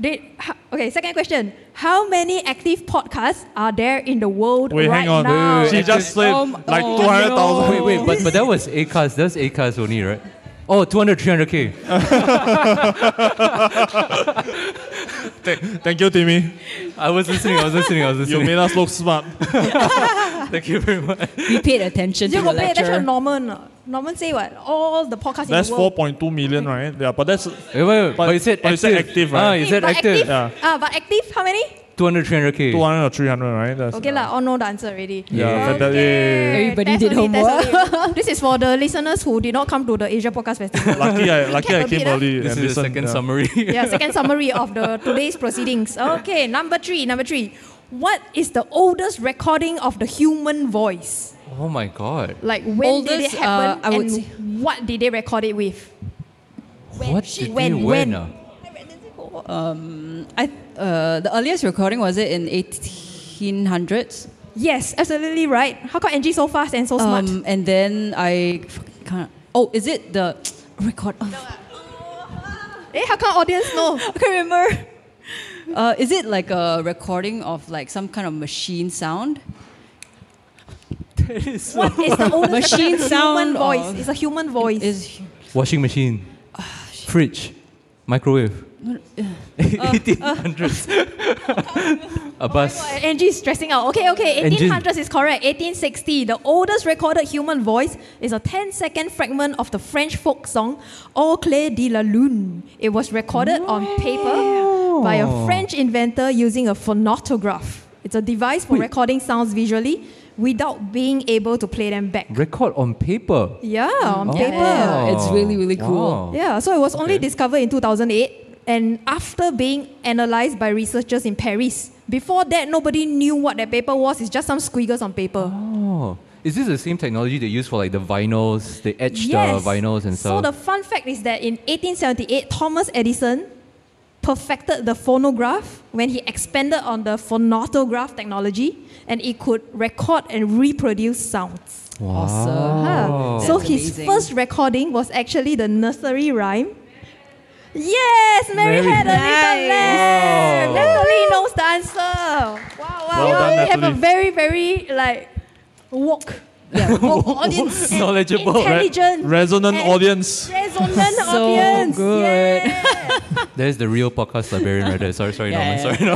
B: Did ho- okay. Second question. How many active podcasts are there in the world
C: Wait,
B: right
C: hang on.
B: now? um,
E: Wait, wait, wait.
C: She just said
D: Oh,
C: like
D: oh,
C: 200,000.
E: Wait, wait, but, but that was A cast. That's A cast only, right? Oh, 200, 300k.
C: Thank you, Timmy.
E: I was listening, I was listening, I was
C: You
E: listening.
C: made us look smart.
E: Thank you very much.
D: We paid attention
B: You
D: to the
B: got pay attention to
D: lecture.
B: Norman. or not? Norman say what? All the podcasts
C: That's
B: in the world.
C: 4.2 million, right? Yeah, but that's
E: Wait, wait, wait,
C: But-
E: but you said
C: but you
E: active.
C: said active, right?
E: Ah, you
B: Hey,
E: said
B: but
E: active.
B: active.
C: Yeah.
B: Ah, but active. How many?
E: 200, 300k.
C: 200 or 300, right? That's,
B: Okay lah. All know the answer already.
C: Yeah,
E: Yeah.
C: fantastic. Yeah, yeah,
D: Everybody
B: that's
D: did
B: only- that's
D: homework.
B: only- this is for the listeners who did not come to the Asia Podcast Festival.
C: yeah. Lucky I, lucky I
B: Recap a
C: came
B: bit, ah.
C: early.
E: This
C: and
E: is the
C: listened,
E: second
C: yeah.
E: summary.
B: yeah, second summary of the today's proceedings. Okay, number three, number three. What is the oldest recording of the human voice?
E: Oh my god.
B: Like when did
D: Oldest,
B: it
D: uh,
B: happen
D: I would
B: and
D: say-
B: what did they record it with?
E: what
B: she-
E: did they
B: when-
E: win,
B: when?
E: ah?
D: Um, I, uh, the earliest recording was it in 1800s?
B: Yes, absolutely right. How come Angie so fast and so smart?
D: Um, and then I fucking can't. Oh, is it the record? oh, Of,
B: eh, how come audience know?
D: I can't remember. Uh, is it like a recording of like some kind of machine sound?
B: What is the oldest
D: Machine
B: recording of the human
D: sound
B: voice?
D: of-
B: It's a human voice.
D: Is
E: Washing machine.
D: Ah,
E: Fridge. Microwave.
D: Uh,
E: 1800s. A bus.
B: Angie is stressing out. Okay, okay,
E: Angie.
B: 1800s is correct. 1860, the oldest recorded human voice is a 10 second fragment of the French folk song Au clair de la lune. It was recorded on paper by a French inventor using a phonograph. It's a device for recording sounds visually without being able to play them back.
E: Record on paper.
B: Yeah, on
E: Oh.
B: paper.
D: Yeah, it's really, really cool.
E: Wow.
B: Yeah, so it was only discovered in 2008 and after being analyzed by researchers in Paris. Before that, nobody knew what that paper was. It's just some squiggles on paper.
E: Oh. Is this the same technology they use for like the vinyls? They etch the vinyls and
B: So
E: stuff.
B: the fun fact is that in 1878, Thomas Edison perfected the phonograph when he expanded on the phonograph technology and it could record and reproduce sounds.
D: Awesome.
B: Huh.
C: Oh.
E: Wow.
B: So
D: That's
B: his
D: amazing.
B: first recording was actually the nursery rhyme. Yes, Mary,
E: Mary.
B: had a little
D: Nice.
B: lamb.
E: Wow.
B: Natalie knows the answer. Wow, wow,
C: Well
B: you
C: done,
B: have a
C: Natalie.
B: very, very like walk. Yeah, walk audience. and
E: Knowledgeable, right?
B: intelligent,
C: Resonant
B: and
C: audience.
B: Resonant
D: So
B: audience.
D: good.
B: Yeah.
E: There's the real podcast librarian right there. Sorry, sorry,
D: Yeah,
E: Norman.
D: yeah.
E: Sorry,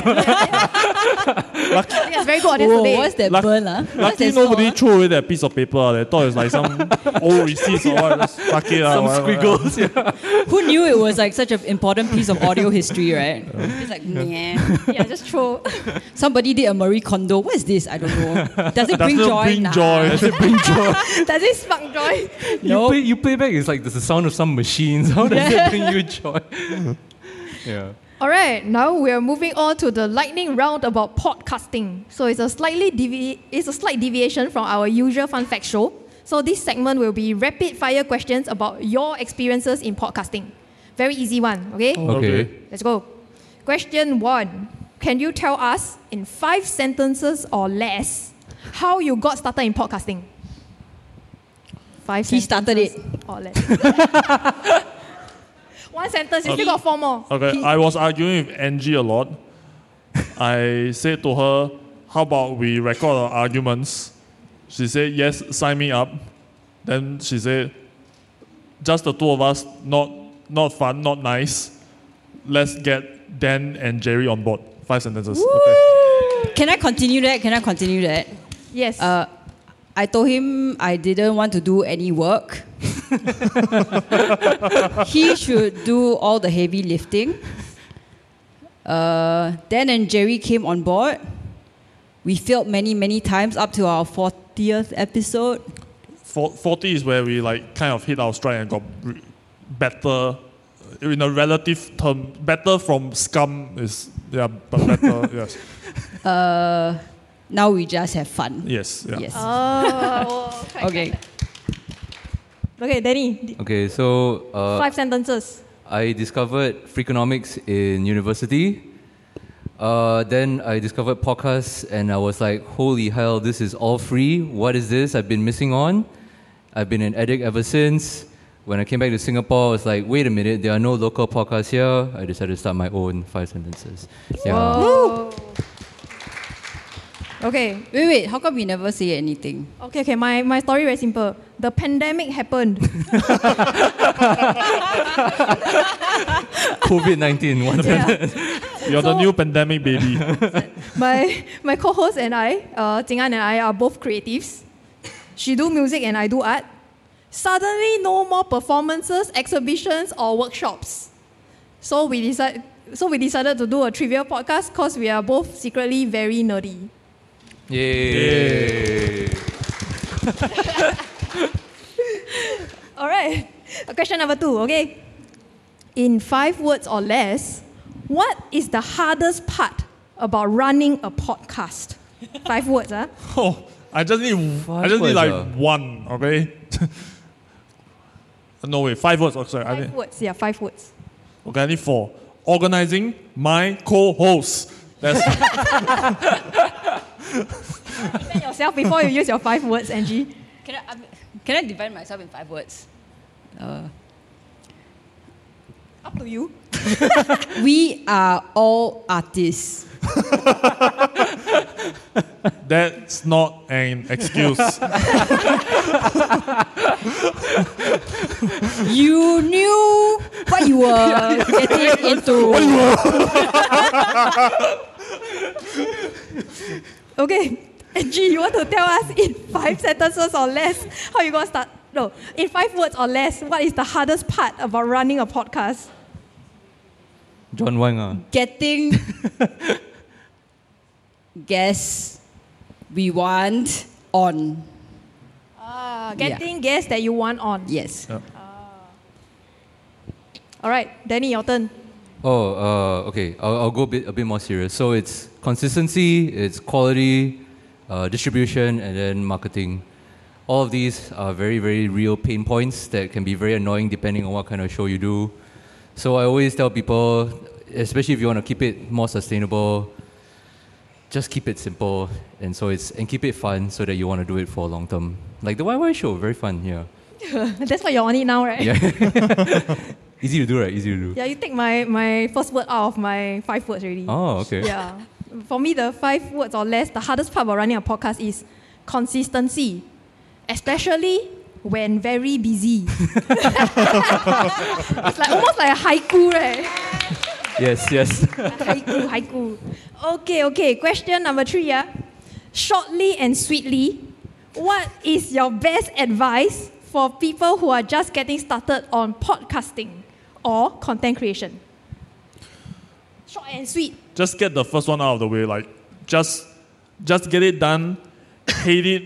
E: Norman.
B: Yes, very good audience
D: Whoa,
B: today.
D: what's that
C: Luck-
D: burn? ah? What's
C: Lucky
D: that
C: nobody
D: sound?
C: threw away that piece of paper. ah. They thought it's like some old receipts or what. Just Fuck it. ah,
E: Some
C: whatever.
E: squiggles. Yeah.
D: Who knew it was like such an important piece of audio history, right? It's like, yeah.
B: Yeah, just throw.
D: Somebody did a Marie Kondo. What is this? I don't know. Does it
C: Does
D: bring
C: not
D: joy?
C: bring
D: Nah.
C: joy.
B: Does it spark joy?
E: You,
D: Nope.
E: play, you play back, it's like there's the sound of some machines. How does that bring you joy? yeah.
B: All right, now we are moving on to the lightning round about podcasting. So it's a slightly devi- it's a slight deviation from our usual fun fact show. So this segment will be rapid fire questions about your experiences in podcasting. Very easy one, okay?
E: Okay.
C: Okay.
B: Let's go. Question 1. Can you tell us in 5 sentences or less how you got started in podcasting? 5
D: He started it.
B: sentences Or less. one sentence, you still got four more.
C: Okay, I was arguing with Angie a lot. I said to her, How about we record our arguments? She said, Yes, sign me up. Then she said, Just the two of us, not, not fun, not nice. Let's get Dan and Jerry on board. Five sentences. Okay.
D: Can I continue that? Can I continue that?
B: Yes.
D: Uh, I told him I didn't want to do any work. he should do all the heavy lifting. Uh, Dan and Jerry came on board. We failed many, many times up to our 40th episode.
C: For, 40 is where we like kind of hit our stride and got re- better Uh, in a relative term. Better from scum is, yeah, but better, yes.
D: Now we just have fun.
C: Yes, yeah.
D: Yes.
B: Oh,
D: Okay.
B: Okay, Danny,
E: Okay, so uh,
B: five sentences.
E: I discovered Freakonomics in university. Uh, then I discovered podcasts and I was like, holy hell, this is all free. What is this? I've been missing on. I've been an addict ever since. When I came back to Singapore, I was like, wait a minute, there are no local podcasts here. I decided to start my own five sentences. Yeah.
B: Whoa. Oh. Okay,
D: Wait, wait, how come you never say anything?
B: Okay, okay. My, my story very simple. The pandemic happened.
E: COVID 19, one
B: yeah.
C: You're the new pandemic baby.
B: My my co-host and I, uh, Jing An and I are both creatives. She do music and I do art. Suddenly, no more performances, exhibitions, or workshops. So we decide. So we decided to do a trivia podcast because we are both secretly very nerdy.
E: Yay.
B: All right. Question number two. Okay. In five words or less, what is the hardest part about running a podcast? Five words, huh?
C: Oh, I just need I just need
E: words,
C: like
E: ah.
C: one, okay? no wait, five words. Oh, sorry, I
B: Five
C: need,
B: words. Yeah, five words.
C: okay, I need four. Organizing my co-host. That's
B: Tell yourself before you use your five words, Angie.
D: Can I, um, can I define myself in five words? Uh,
B: Up to you.
D: we are all artists.
C: that's not an excuse.
D: You knew what you were getting into.
B: Okay, Angie, you want to tell us in five sentences or less how you gonna start? No, in five words or less, what is the hardest part about running a podcast?
E: John Wang. ah.
D: Getting. Guess we want on.
B: Ah,
D: getting
B: getting guests that you want on.
D: Yes.
B: All right, Danny, your turn.
E: Oh, uh, okay. I'll, I'll go a bit, a bit more serious. So it's consistency, it's quality, uh, distribution, and then marketing. All of these are very, very real pain points that can be very annoying depending on what kind of show you do. So I always tell people, especially if you want to keep it more sustainable, just keep it simple and so it's and keep it fun so that you want to do it for long term. Like the YY show, very fun, yeah.
B: That's what you're on it now, right?
E: Yeah. Easy to do, right? Easy to do.
B: Yeah, you take my, my first word out of my five words already.
E: Oh, okay.
B: Yeah. For me, the five words or less, the hardest part about running a podcast is consistency, especially when very busy. it's like almost like a haiku, right?
E: Yes, yes.
B: haiku, haiku. Okay, okay. Question number three, yeah. Shortly and sweetly, what is your best advice for people who are just getting started on podcasting or content creation? Short and sweet.
C: just get the first one out of the way. Like, just just get it done. Hate it.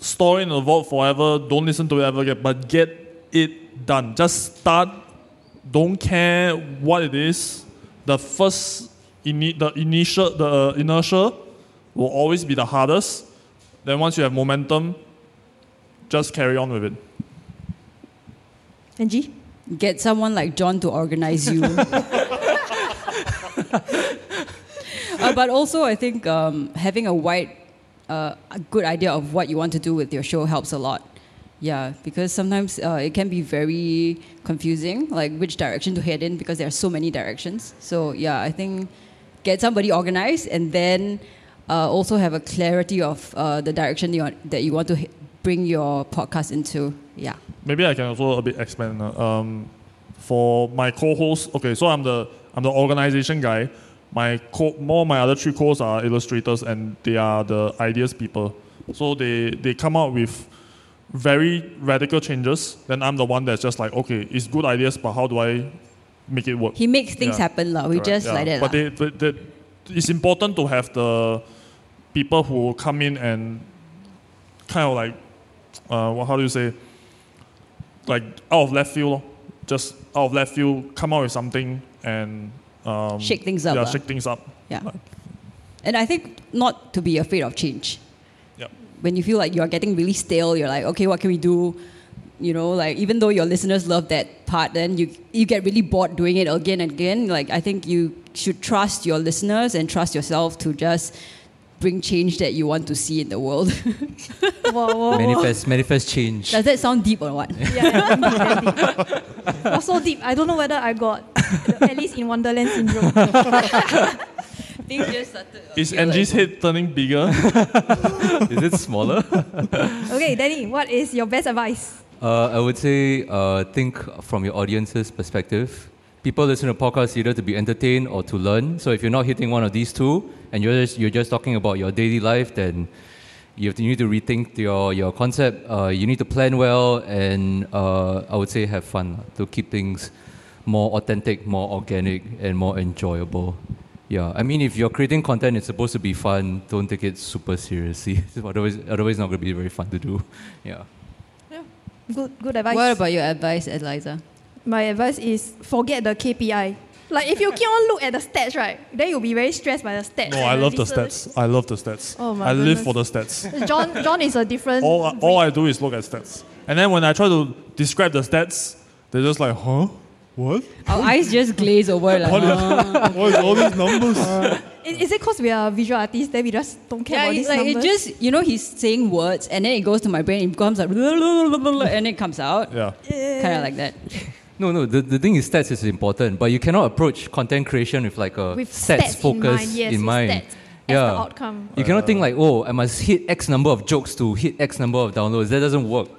C: Store it in the vault forever. Don't listen to it ever again. But get it done. Just start. Don't care what it is. The first ini- the initial the uh, inertia will always be the hardest. Then once you have momentum, just carry on with it.
B: Angie?
D: Get someone like John to organize you. Uh, but also, I think um, having a wide, uh, a good idea of what you want to do with your show helps a lot. Yeah, because sometimes uh, it can be very confusing, like which direction to head in, because there are so many directions. So yeah, I think get somebody organized, and then uh, also have a clarity of uh, the direction you want, that you want to he- bring your podcast into. Yeah.
C: maybe I can also a bit expand. uh, Um, for my co-host, okay, so I'm the I'm the organization guy. My co more my other three co-hosts are illustrators and they are the ideas people. So they they come out with very radical changes. Then I'm the one that's just like, okay, it's good ideas, but how do I make it work?
D: He makes things
C: Yeah.
D: happen, lah. We
C: Correct,
D: just
C: yeah.
D: like that.
C: But
D: lah.
C: they, but they, it's important to have the people who come in and kind of like, uh, what- how do you say, like out of left field, lor. just out of left field, come out with something and um,
D: Shake things up,
C: Yeah,
D: lah.
C: shake things up.
D: Yeah. And I think not to be afraid of change.
C: Yep.
D: When you feel like you're getting really stale, you're like, okay, what can we do? you know, like even though your listeners love that part, then you you get really bored doing it again and again. Like I think you should trust your listeners and trust yourself to just bring change that you want to see in the world.
E: Manifest, manifest change.
D: Does that sound deep or what?
B: Yeah, yeah, deep, yeah, deep. Also deep. I don't know whether I got at least in Wonderland syndrome.
D: Things just started.
C: Is Angie's head turning bigger?
E: Is it smaller?
B: Okay, Danny, what is your best advice?
E: Uh, I would say uh, think from your audience's perspective. People listen to podcasts either to be entertained or to learn. So if you're not hitting one of these two, and you're just you're just talking about your daily life, then you have to, you need to rethink your your concept. Uh, you need to plan well, and uh, I would say have fun to keep things more authentic, more organic, and more enjoyable. Yeah, I mean, if you're creating content, it's supposed to be fun. Don't take it super seriously. otherwise, otherwise, it's not going to be very fun to do. Yeah.
B: Good, good advice.
D: What about your advice, Eliza?
B: My advice is forget the KPI. Like if you keep on look at the stats, right, then you'll be very stressed by the stats.
C: No,
B: and
C: I love the
B: research.
C: stats. I love the stats.
B: Oh my
C: I live
B: goodness.
C: for the stats.
B: John, John is a different.
C: All, uh, all I do is look at stats. And then when I try to describe the stats, they're just like, huh? What?
D: Our eyes just glaze over. Like,
C: What is, what is all these numbers?
B: is, is it because we are visual artists that we just don't care
D: Yeah,
B: about
D: it's
B: these
D: like
B: numbers?
D: it just you know he's saying words and then it goes to my brain. It becomes like and it comes out
C: yeah.
D: kind of like that.
E: No, no. The, the thing is, stats is important, but you cannot approach content creation with like a
B: With
E: stats,
B: stats in
E: focus
B: mind, yes, with stats as the outcome.
E: You cannot think like, oh, I must hit X number of jokes to hit X number of downloads. That doesn't work.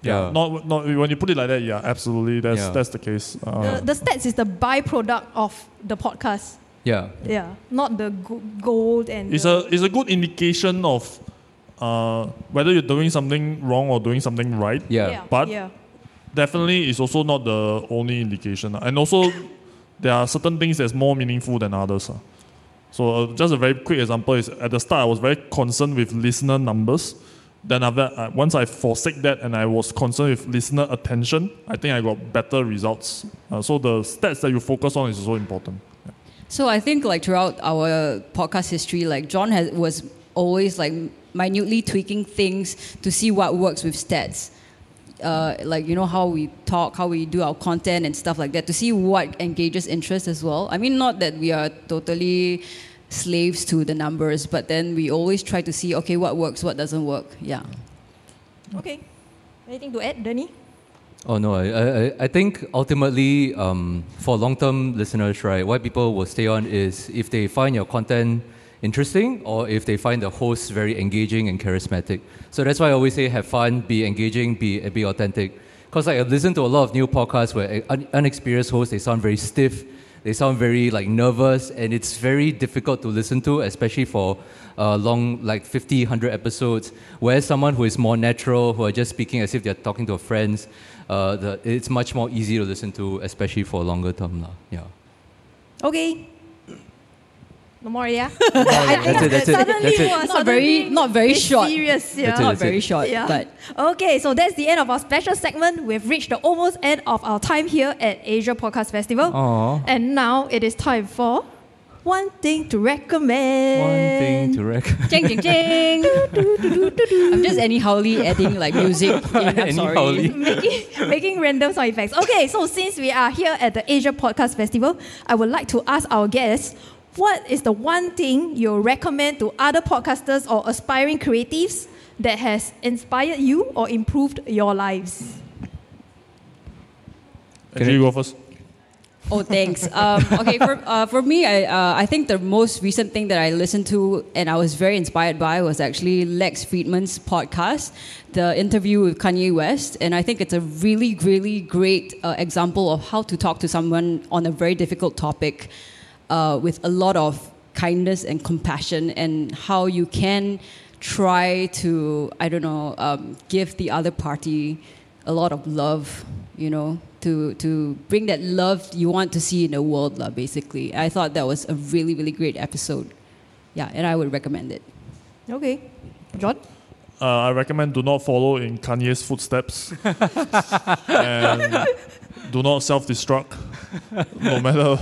C: Yeah. Not, not, when you put it like that, yeah, absolutely. That's,
E: Yeah.
C: that's the case. Uh,
B: the, the stats is the byproduct of the podcast.
E: yeah.
B: Yeah, not the go- gold and.
C: it's,
B: the-
C: a, it's a good indication of uh, whether you're doing something wrong or doing something right.
E: Yeah.
B: yeah,
C: but-
B: yeah.
C: Definitely, it's also not the only indication. And also, there are certain things that's more meaningful than others. uh. So, uh, just a very quick example is at the start, I was very concerned with listener numbers. Then, after that, uh, once I forsake that and I was concerned with listener attention, I think I got better results. Uh, so, the stats that you focus on is also important.
D: So I think like throughout our podcast history, like John has, was always like minutely tweaking things to see what works with stats. Uh, like you know how we talk, how we do our content and stuff like that to see what engages interest as well. I mean, not that we are totally slaves to the numbers, but then we always try to see okay what works, what doesn't work. Yeah.
B: Okay. Anything to add, Danny?
E: Oh no, I- I, I, I think ultimately um, for long-term listeners, right, why people will stay on is if they find your content interesting or if they find the host very engaging and charismatic. So that's why I always say have fun, be engaging, be be authentic. Because like I listen to a lot of new podcasts where un- unexperienced hosts they sound very stiff, they sound very like nervous, and it's very difficult to listen to, especially for uh, long like 50, 100 episodes. Whereas someone who is more natural, who are just speaking as if they're talking to friends, uh, the, it's much more easy to listen to, especially for longer term. lah. Yeah.
B: Okay. No more, yeah.
E: That's it, that's it,
B: Suddenly,
E: that's it.
B: was
D: Not very-
B: suddenly
D: not very
B: it's
D: short.
B: Serious, yeah.
E: That's it,
D: Not
E: that's
D: very
E: it.
D: short,
B: Yeah.
D: but
B: okay, so that's the end of our special segment. We've reached the almost end of our time here at Asia Podcast Festival.
E: Aw.
B: And now it is time for one thing to recommend.
E: One thing to recommend.
D: Jing jing jing. I'm just anyhowly adding like music. In, I'm sorry.
E: Anyhowly.
B: making, making random sound effects. Okay, so since we are here at the Asia Podcast Festival, I would like to ask our guests what is the one thing you recommend to other podcasters or aspiring creatives that has inspired you or improved your lives?
C: Can you go first?
D: Oh, thanks. Um, okay, for, uh, for me, I, uh, I think the most recent thing that I listened to and I was very inspired by was actually Lex Friedman's podcast, the interview with Kanye West. And I think it's a really, really great uh, example of how to talk to someone on a very difficult topic uh, with a lot of kindness and compassion, and how you can try to, I don't know, um, give the other party a lot of love, you know, to to bring that love you want to see in the world, lah, basically. I thought that was a really, really great episode. Yeah, and I would recommend it.
B: Okay. John?
C: Uh, I recommend do not follow in Kanye's footsteps. and do not self-destruct, no matter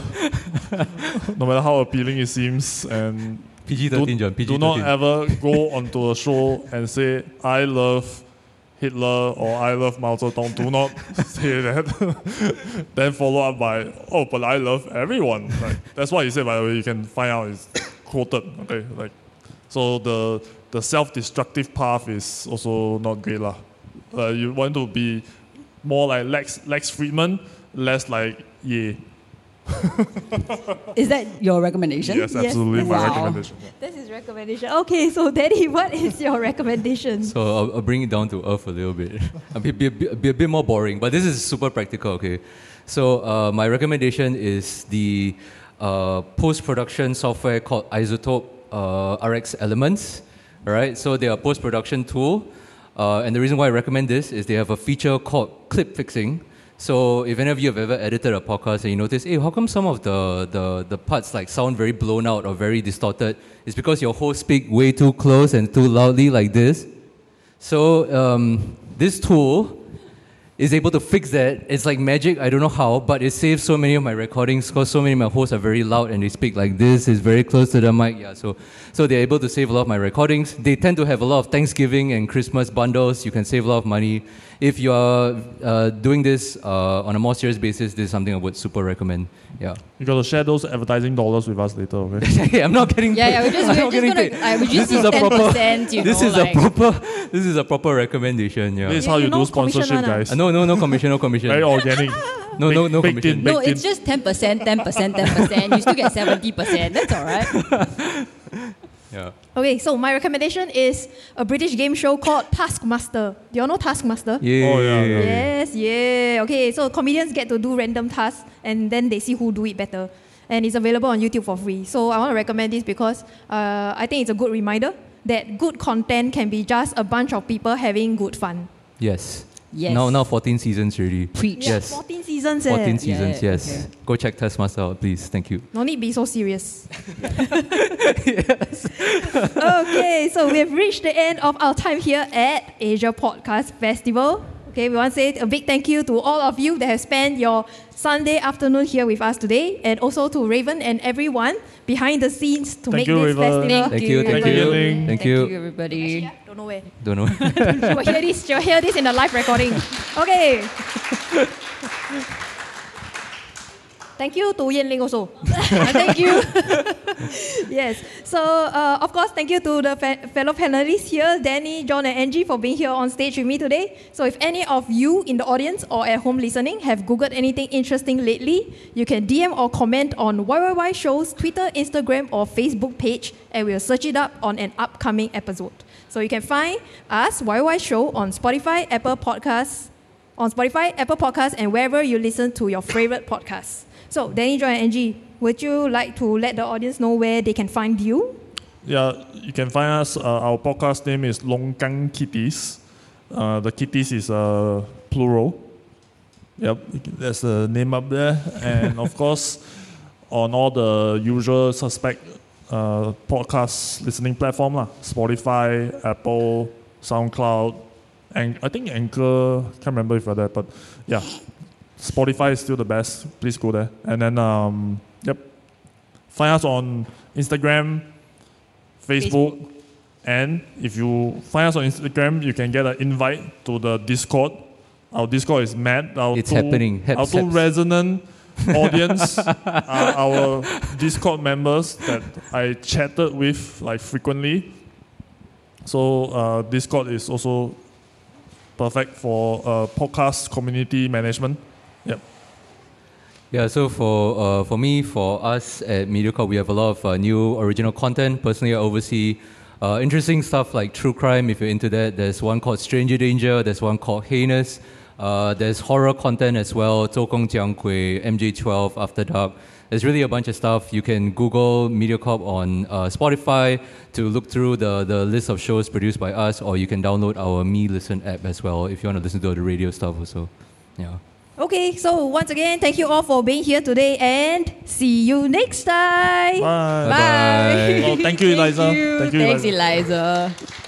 C: no matter how appealing it seems. And
E: PG
C: do,
E: 13, John. PG
C: do not ever go onto a show and say I love Hitler or I love Mao Zedong. Do not say that. then follow up by, oh, but I love everyone. Like, that's what he said, by the way. You can find out it's quoted. Okay, like, so the the self-destructive path is also not great, lah. Uh, you want to be more like Lex Lex Friedman, less like yeah.
D: Is that your recommendation?
C: Yes, absolutely my
D: Wow.
C: recommendation.
B: That's his recommendation. Okay, so Daddy, what is your recommendation?
E: So I'll, I'll bring it down to earth a little bit. I'll be, be, be, be a bit more boring, but this is super practical, okay? So uh, my recommendation is the uh, post-production software called Isotope uh, RX Elements, all right? So they are a post-production tool, uh, and the reason why I recommend this is they have a feature called clip fixing. So if any of you have ever edited a podcast and you notice, hey, how come some of the, the, the parts like sound very blown out or very distorted? It's because your host speak way too close and too loudly like this. So um, this tool is able to fix that. It's like magic. I don't know how, but it saves so many of my recordings because so many of my hosts are very loud and they speak like this. It's very close to the mic. Yeah, so so they're able to save a lot of my recordings. They tend to have a lot of Thanksgiving and Christmas bundles. You can save a lot of money if you are uh, doing this uh, on a more serious basis. This is something I would super recommend. Yeah,
C: You gotta share those advertising dollars with us later, okay?
E: Hey, I'm not getting.
D: Yeah,
E: paid.
D: yeah, we're just,
E: I'm
D: we're
E: not getting
D: just
E: paid.
D: gonna, uh, we just
E: This is
D: need
E: a
D: 10%,
E: proper.
D: you
E: This
D: know,
E: is
D: like,
E: a proper. This is a proper recommendation. Yeah.
C: this is how
B: you
C: you
B: know,
C: do sponsorship,
B: commission one, ah.
C: guys.
E: Uh, no, no, no commission, no commission.
C: Very organic.
E: No, no, no
C: baked
E: commission.
C: in,
D: No,
C: baked
D: it's
C: in.
D: just 10%, 10%, 10%. You still get 70%. That's all right.
E: Yeah.
C: Oh,
B: Okay, so my recommendation is a British game show called Taskmaster. Do you all know Taskmaster?
E: Yeah.
C: Oh, yeah, yeah.
B: Yes, yeah. Okay, so comedians get to do random tasks and then they see who do it better. And it's available on YouTube for free. So I want to recommend this because uh, I think it's a good reminder that good content can be just a bunch of people having good fun.
E: Yes.
D: Yes.
E: Now, now 14 seasons already.
D: Preach.
E: Yes.
B: 14 seasons.
E: 14
B: Eh.
D: Yeah,
E: seasons,
D: yeah,
E: yes.
D: okay.
E: Go check Taskmaster out, please. Thank you.
B: No need be so serious. okay, so we have reached the end of our time here at Asia Podcast Festival. Okay, we want to say a big thank you to all of you that have spent your Sunday afternoon here with us today, and also to Raven and everyone behind the scenes to
C: Thank
B: make
C: you,
B: this
C: Raven.
B: festival.
E: Thank you,
C: Thank
E: thank
C: you,
E: you.
C: Ying.
E: Thank
D: Thank you,
E: you.
D: everybody.
B: Yeah, don't know where.
E: Don't know.
B: You'll hear this. You'll hear this in the live recording. Okay. Thank you to Yen Ling also. thank you. yes. So uh, of course, thank you to the fe- fellow panelists here, Danny, John, and Angie, for being here on stage with me today. So if any of you in the audience or at home listening have googled anything interesting lately, you can DM or comment on YYY Show's Twitter, Instagram, or Facebook page, and we'll search it up on an upcoming episode. So you can find us YYY Show on Spotify, Apple Podcasts, on Spotify, Apple Podcasts, and wherever you listen to your favorite podcasts. So, Danny, Joy, and Angie, would you like to let the audience know where they can find you?
C: Yeah, you can find us. Uh, our podcast name is Longkang Kitties. Uh, the kitties is uh, plural. Yep, that's the name up there. And of course, on all the usual suspect uh, podcast listening platform lah, Spotify, Apple, SoundCloud, and I think Anchor. Can't remember if you're there, but yeah, Spotify is still the best. Please go there. And then um, yep, find us on Instagram, Facebook, and if you find us on Instagram, you can get an invite to the Discord. Our Discord is mad. Our
E: It's
C: two-
E: happening. Haps,
C: our two
E: haps.
C: resonant audience are our Discord members that I chatted with like frequently. So uh, Discord is also perfect for uh, podcast community management. Yep.
E: Yeah, so for uh, for me, for us at MediaCorp, we have a lot of uh, new original content. Personally, I oversee uh, interesting stuff like true crime. If you're into that, there's one called Stranger Danger. There's one called Heinous. Uh, there's horror content as well. Zhou Kong Jiang Kui, MJ12, After Dark. There's really a bunch of stuff. You can Google MediaCorp on uh, Spotify to look through the, the list of shows produced by us, or you can download our Me Listen app as well if you want to listen to the radio stuff also. Yeah.
B: Okay, so once again, thank you all for being here today and see you next time.
C: Bye.
E: Bye-bye.
C: Oh, thank you, Eliza.
D: Thank you.
C: Thank you,
D: Thanks,
C: Eliza.
D: Eliza.